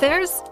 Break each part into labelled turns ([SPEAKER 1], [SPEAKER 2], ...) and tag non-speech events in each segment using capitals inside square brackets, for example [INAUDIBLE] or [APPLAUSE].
[SPEAKER 1] There's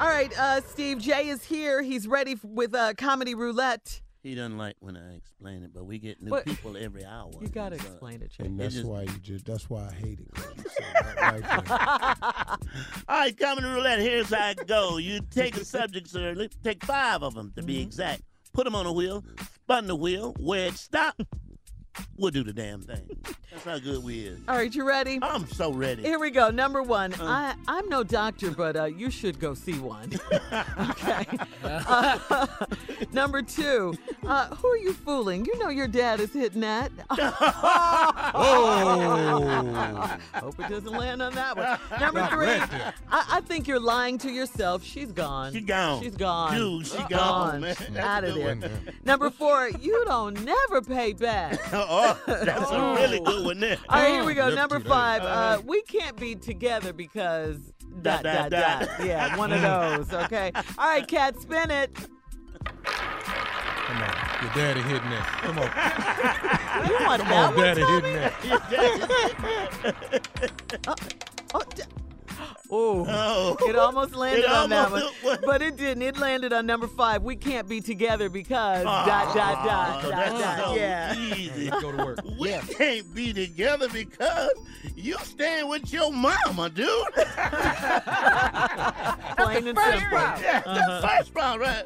[SPEAKER 2] All right, uh, Steve Jay is here. He's ready f- with uh, comedy roulette.
[SPEAKER 3] He doesn't like when I explain it, but we get new
[SPEAKER 2] What-
[SPEAKER 3] people every hour.
[SPEAKER 2] You gotta
[SPEAKER 3] It's, uh,
[SPEAKER 2] explain it, Jay.
[SPEAKER 4] And that's
[SPEAKER 3] just-
[SPEAKER 4] why you just that's why I hate it. 'cause you said [LAUGHS] that right
[SPEAKER 3] All right, comedy roulette. Here's how it go. You take a subject, sir. let- Take five of them to
[SPEAKER 2] Mm-hmm.
[SPEAKER 3] be exact. Put them on a wheel, spun the wheel. Where it stopped, we'll do the damn thing. That's how good we is.
[SPEAKER 2] All right, you ready?
[SPEAKER 3] I'm so ready.
[SPEAKER 2] Here we go. Number one.
[SPEAKER 3] Uh-huh.
[SPEAKER 2] I I'm no doctor, but uh, you should go see
[SPEAKER 3] [LAUGHS]
[SPEAKER 2] one. okay. Uh, number two. Uh, who are you fooling? You know your dad is hitting that.
[SPEAKER 4] Oh.
[SPEAKER 2] Hope it doesn't land on that
[SPEAKER 3] [LAUGHS]
[SPEAKER 2] one. Number three. I, I think you're lying to yourself. She's gone.
[SPEAKER 3] She gone.
[SPEAKER 2] She's gone. Uh-uh.
[SPEAKER 3] Dude, she gone, man. That's a
[SPEAKER 2] Out of
[SPEAKER 3] good
[SPEAKER 2] there.
[SPEAKER 3] one.
[SPEAKER 2] Number four. You don't never pay
[SPEAKER 3] [LAUGHS]
[SPEAKER 2] back.
[SPEAKER 3] oh, that's a
[SPEAKER 2] [LAUGHS]
[SPEAKER 3] really good one there.
[SPEAKER 2] All right, here we go.
[SPEAKER 4] Never
[SPEAKER 2] Number
[SPEAKER 4] do that.
[SPEAKER 2] five. Uh, we can't be together because dot dot
[SPEAKER 3] Dot, dot,
[SPEAKER 2] dot.
[SPEAKER 3] dot.
[SPEAKER 2] Yeah, one
[SPEAKER 3] [LAUGHS]
[SPEAKER 2] of those. Okay. All right, cat, spin it.
[SPEAKER 4] Come on. Your daddy hitting that. Come on.
[SPEAKER 2] You want
[SPEAKER 4] Come
[SPEAKER 2] that
[SPEAKER 4] on,
[SPEAKER 2] one?
[SPEAKER 4] daddy hitting that.
[SPEAKER 2] Oh, d- Oh,
[SPEAKER 3] Oh,
[SPEAKER 2] it almost landed on that one,
[SPEAKER 3] almost- [LAUGHS] what?
[SPEAKER 2] but it didn't. It landed on number five. We can't be together because dot dot dot
[SPEAKER 3] Oh,
[SPEAKER 2] dot
[SPEAKER 3] that's
[SPEAKER 2] dot.
[SPEAKER 3] so [LAUGHS]
[SPEAKER 2] yeah.
[SPEAKER 3] easy.
[SPEAKER 4] Go to work.
[SPEAKER 3] We can't be together because you staying with your mama, dude. [LAUGHS]
[SPEAKER 2] Plain and simple.
[SPEAKER 3] Yeah, that's first round, right?